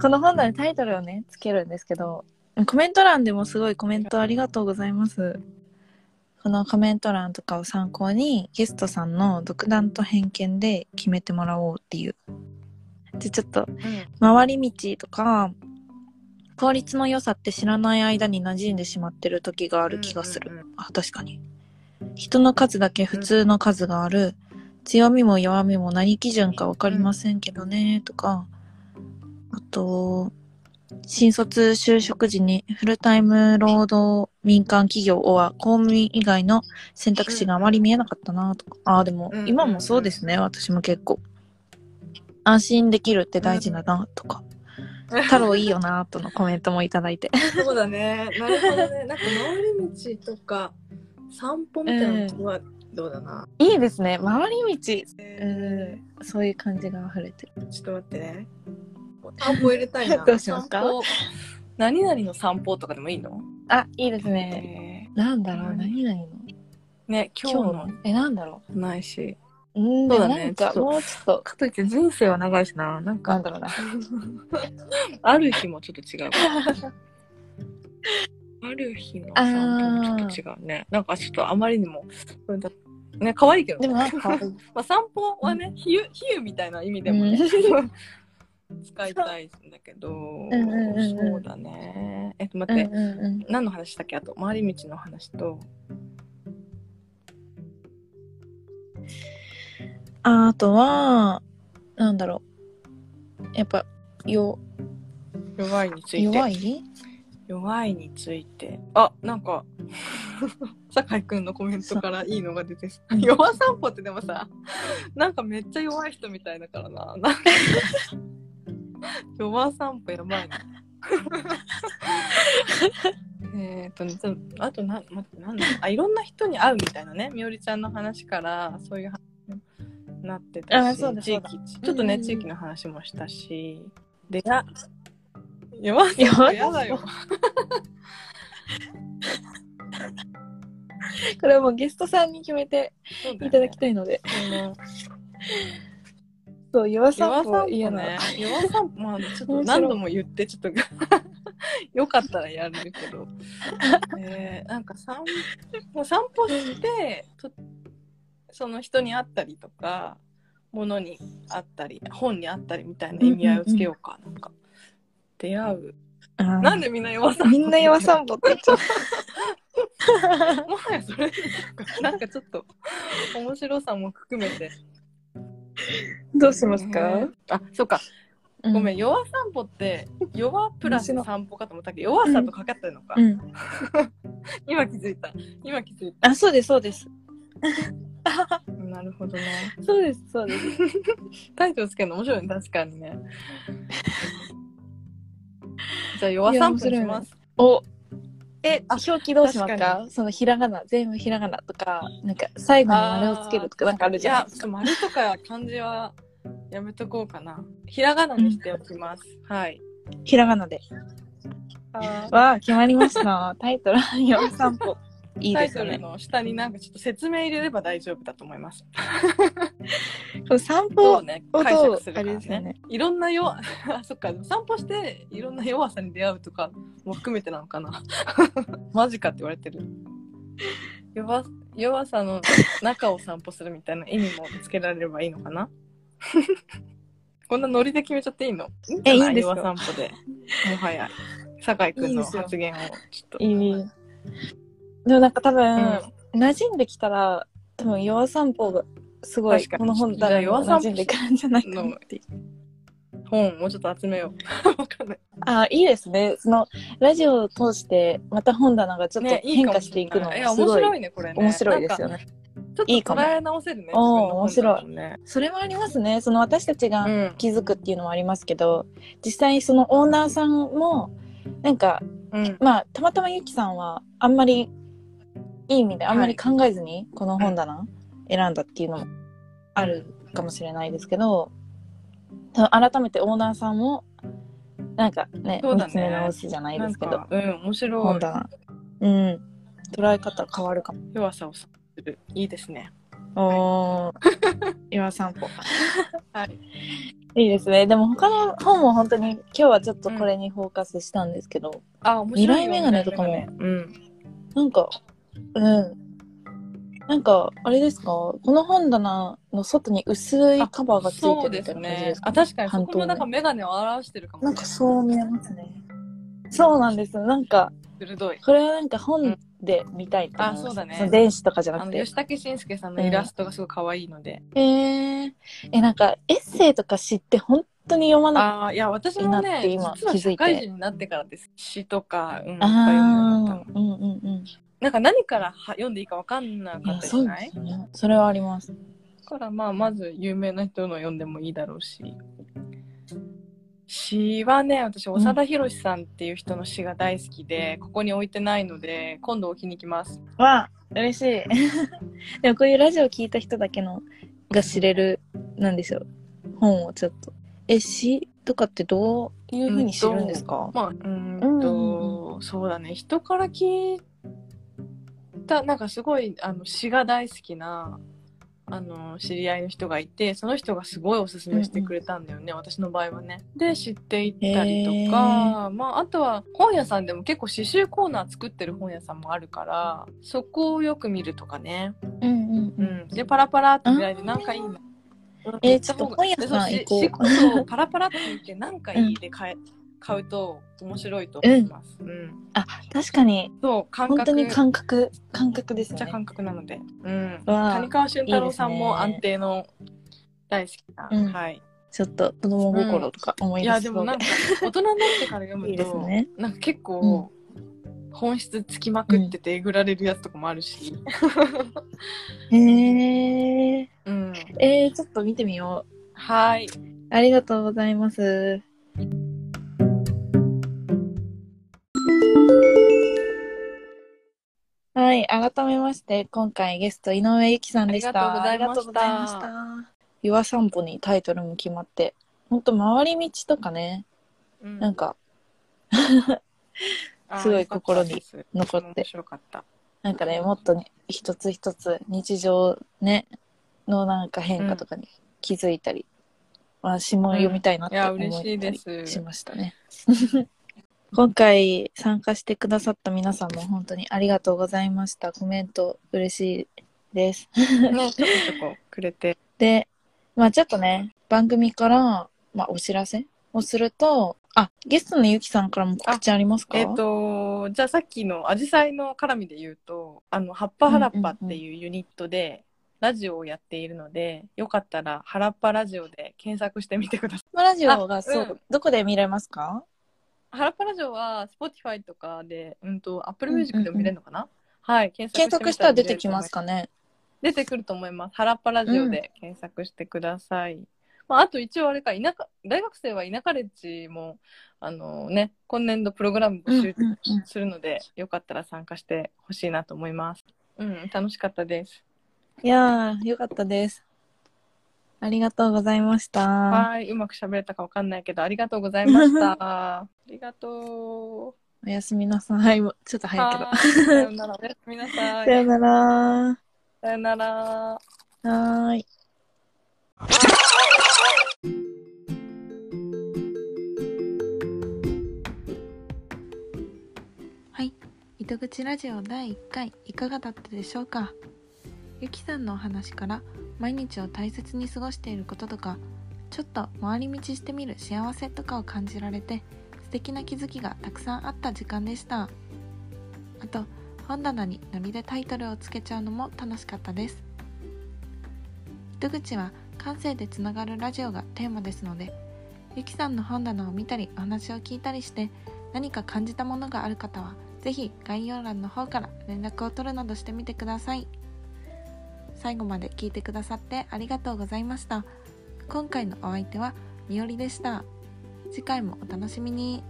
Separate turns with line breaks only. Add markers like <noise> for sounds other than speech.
この本棚にタイトルをね、つけるんですけど、コメント欄でもすごいコメントありがとうございます。このコメント欄とかを参考に、ゲストさんの独断と偏見で決めてもらおうっていう。で、ちょっと、回り道とか、効率の良さって知らない間に馴染んでしまってる時があ
あ
る気がする。。あ、確かに。人の数だけ普通の数がある。強みも弱みも何基準かわかりませんけどね、とか。あと、新卒就職時にフルタイム労働民間企業は公務員以外の選択肢があまり見えなかったなとか。ああ、でも
うん
今もそうですね、私も結構。安心できるって大事だなと <laughs> か。太郎いいよなとのコメントもいただいて。
そうだね。なるほどね。なんか回り道とか散歩みたいなのはどうだな。
いいですね、回り道。
え
うん、そういう感じが溢れてる。
ーちょっと待ってね。散歩入れたいな。
どうしますか
散歩何々の散歩とかでもいいの
あ、いいですね。
ね
なんだろう、
うん
何々の
ね
今
今日
日の
の。
え、なんだろ
ないし
う。うん、で
そう
も
だ
な
ね
んか、
ちょっと
もうちょっと、
かといって人生は長いしななん
なん
か
だろうな。
ある日もちょっと違うある日の散歩もちょっと違うねなんかちょっとあまりにもうんだね可愛いけどね
でもなんか、
まあ、散歩はね、比喩比喩みたいな意味でもね、 <laughs> 使いたいんだけど、
んうんうんうん
そうだね。えっと、
う
待
ん
って、
うんうん。
何の話したっけあと、回り道の話と、
ああとは、なんだろう。やっぱ、よ、
弱いについて。
弱
い
い
弱いについて。あ、なんか、酒井くんのコメントからいいのが出 <laughs> てさ
うん
弱散歩ってでもさ、なんかめっちゃ弱い人みたいだからな。なんか弱散歩やばいな。 <laughs> えーっとね、ちょっとあとな、待って、なんだろうあ、いろんな人に会うみたいなね、みおりちゃんの話から、そういう話になってた
あ
し、
そうだ
地
そうだ
域、ちょっとね、
うんうんうん
地域の話もしたし、で、や、弱散
弱
歩
い
やだよ。
これはもうゲストさんに決めて
そうだ
い
よ
た
ね
だきたいので。
その
そう、弱
弱
さ
散歩
も嫌な
ね。。弱散歩、まあ、ちょっ
面
と
白い
何度も言って、ちょっと、 <laughs> よかったらやるけど。えーなんか散もう散歩してと、その人に会ったりとか、物に会ったり、本に会ったりみたいな意味合いをつけようか。なんか、出会う。
あー
なんでみんな弱散歩
みんな弱散歩って言っちゃう。
もはやそれ、なんかちょっと、面白さも含めて。
どうします
ね
か
あ、そうか。ごめ
ん。
ん、弱散歩って、弱プラス散歩かと思ったけど、弱さとかかってるのか。
うん。
今気づいた。今気づい
あ、そうです、そうです。
た。なるほどね。
そうです、そうです。
タイトルつけるの面白いね、確かにね。
<laughs>
じゃあ、弱散歩にします。
おえ、表記どうします
確か
かそのひらがな、全部ひらがなとか、なんか最後に丸をつけるとかなんかある
い
じゃない
や、
で
ちょ
す
っ
か。
と丸とか漢字はやめとこうかな。ひらがなにしておきます。はい。
ひらがなで。
は
わあ、決まりま <laughs> した。タイトル、夜散歩。いい
タ
で
イ
す
ト
よ
ル
ね。
の下になんかちょっと説明入れれば大丈夫だと思います。
この散
そ
歩
うね、
を
解
ど
釈
う
す、る
あ
か
れ
ら
ですよ
ね。
ね。
いろんな弱、 <laughs> あ、そっか、散歩していろんな弱さに出会うとかも含めてなのかな。 <laughs> マジかって言われてる。弱、弱さの中を散歩するみたいな意味もつけられればいいのかな。 <laughs> こんなノリで決めちゃっていいの
えいいんですよ
弱散歩で。もはや、酒井くんの発言をちょっと。
いい。でもなんか多分、
うん
馴染んできたら、多分夜散歩がすごい、
確かに
この本棚にも馴染んでくるんじゃないかなっていう。
本もうちょっと集めよう。わ <laughs> かんない。
あいいですね。その、ラジオを通して、また本棚がちょっと
ねいい
変
かも
化して
れない
くの
い
も
や、
す
面
ごい
白いね、これね。
面白いですよね。
ちょっと
いいかも
捉え直せるね。
おー
自分の本だもんね。
それもありますね。その私たちが
うん
気づくっていうのもありますけど、実際にそのオーナーさんも、なんか、
うん。
まあ、たまたまゆきさんは、あんまり、いい意味であんまり考えずに、この本棚選んだっていうのもあるかもしれないですけど、その改めてオーナーさんも、なんかね、
そうだね
見つめ直すじゃないですけ
な
ど
ん、かうん、面白
本
い。
棚。うん。捉え方変わるかも。
弱さをさする。いいですね。
おー、岩散歩。
はい。
いいですね。でも他の本も本当に今日はちょっとこれにフォーカスしたんですけど、
あ、面白いよ。
二枚眼鏡とかも
二枚眼鏡うん。
なんか、うん。なんか、あれですかこの本棚の外に薄いカバーがつい
そう
てる
で
みたいな感じ
す
で
ね
す。か
あ、確かに、そ
半透明
こもなんか眼鏡を表してるかも。
なんかそう見えますね。そうなんです。なんか、
鋭い。
これはなんか本で見たいと思います
うんあそうだね
の電子とかじゃ
あ
な
の
くて。
吉武慎介さんのイラストがすごい可愛いので。
えー、え、なんかエッセイとか知って本当に読まな
ああ、いや、私も
いいなっ
ね、
て今
実は
気づいて
社会人になってからです。詩とか、うん、いっ
あ
ぱい読むようになったの
ーうんうんうん。
なんか何からは読んでいいかわかんなか
い
っ
や
たじ
そ
ゃ
う
な
で
い
すね。それはあります。
だからまあ、まず有名な人の読んでもいいだろうし。詩はね、私、長田博さんっていう人の詩が大好きで、ここに置いてないので、今度置きに行きます。
わあ、嬉しい。 <laughs> でもこういうラジオ聞いた人だけのが知れる、なんでしょう。本をちょっと。え、詩とかってどういうふうに知るんですか、
まあ、うーんと、そうだね、人から聞いた、なんかすごい、あの、詩が大好きな、あの、知り合いの人がいて、その人がすごいおすすめしてくれたんだよね、私の場合はね。で、知っていったりとか、まあ、あとは本屋さんでも結構刺繍コーナー作ってる本屋さんもあるから、そこをよく見るとかね。
うんうん
う
うん
ん。で、パラパラって見られて、なんかいいな。
えーちょっと本屋さん行こう
でそうししそうパラパラって言ってなんかいいで買え、買うと面白いと思います。うん。
あ、確かに、
そう感
本当
覚
に
めっ
感覚、感覚です
ちゃ
ね。
感覚なので。うん。
わあ
谷川俊太郎さん
いい
も
ですね
安定の大好きな。
うん
はい。
ちょっと子供心とか思い
い
出し
や
そ
で
う
もなんか大人になってから読むと
いいですね
なんか結構。本質つきまくっててえぐられるやつとかもあるし、
へえ
うん、
ー、えー、ちょっと見てみよう。
はい
ありがとうございます。はい、改めまして、今回ゲスト井上由紀さんでした。
ありがとうございました
ありがとうございました。岩散歩にタイトルも決まって、ほんと回り道とかね、なんか
あー
すごい
よかったです
残って
面白かった
なんかね、もっとね、一つ一つ日常ね、のなんか変化とかに気づいたり、まあ、詩も読みたいなっ
い
て
や
思っ
嬉
た
しいで
り
す
しましたね。 <laughs> 今回参加してくださった皆さんも本当にありがとうございました。コメント嬉しいです。
ね、ちょこちょこくれて。
で、まあちょっとね、番組から、まあ、お知らせをすると、あ、ゲストのゆきさんからも告知ありますか
<laughs> えっ、と、じゃあさっきのアジサイの絡みで言うと、あの、ハッパハラッパっていうユニットで、ラジオをやっているので、よかったら、ハラッパラジオで検索してみてくださ
このラジオがそう、
うん
どこで見れますか
い。 <laughs> ハラッパラジオは、Spotify とかで、うんと、Apple Music でも見れるのかな、はい、検索
検
して
索
み
したら
見
出
れ
て
る
き
と思い
ますかね
出てくると思います。ハラッパラジオで検索してください。まあ、あと一応あれか、田舎、大学生は田カレッジも、あのね、今年度プログラム募集
うんうんうん
するので、よかったら参加してほしいなと思います。うん、楽しかったです。
いやー、よかったです。ありがとうございました。
はい、うまく喋れたかわかんないけど、ありがとうございました。
<laughs>
ありがとう。
おやすみなさい。もうちょっと早いけど
は。ーいさようなら、おやすみなさ
<laughs> さよ
い。
なら
さよなら。。
はーい。
はい、糸口ラジオ第1回いかがだったでしょうかゆきさんのお話から毎日を大切に過ごしていることとかちょっと回り道してみる幸せとかを感じられて素敵な気づきがたくさんあった時間でしたあと本棚にノリでタイトルをつけちゃうのも楽しかったです糸口は感性でつながるラジオがテーマですのでゆきさんの本棚を見たりお話を聞いたりして何か感じたものがある方はぜひ概要欄の方から連絡を取るなどしてみてください最後まで聞いてくださってありがとうございました今回のお相手はみおりでした次回もお楽しみに